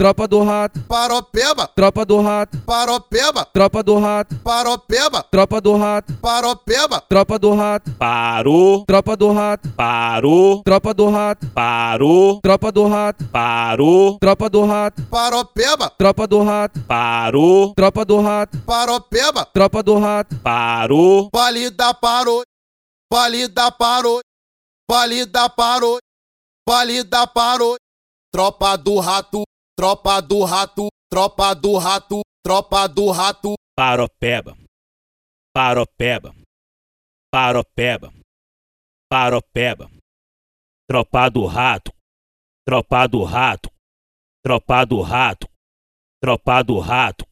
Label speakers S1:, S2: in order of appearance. S1: Tropa do rato,
S2: Paropeba,
S1: tropa do rato,
S2: paropeba,
S1: tropa do rato,
S2: paropeba,
S1: tropa do rato,
S2: paropeba,
S1: tropa do rato,
S3: Parou,
S1: tropa do rato,
S3: parou,
S1: tropa do rato,
S3: parou,
S1: tropa do rato,
S3: parou,
S1: tropa do rato,
S2: paropeba,
S1: tropa do rato,
S3: parou,
S1: tropa do rato,
S2: paropeba,
S1: tropa do rato,
S3: parou,
S2: valida parou, valida parou, valida parou, valida parou, tropa do rato, tropa do rato, tropa do rato, tropa do rato,
S3: paropeba, paropeba, paropeba, paropeba, tropa do rato, tropa do rato, tropa do rato, tropa do rato,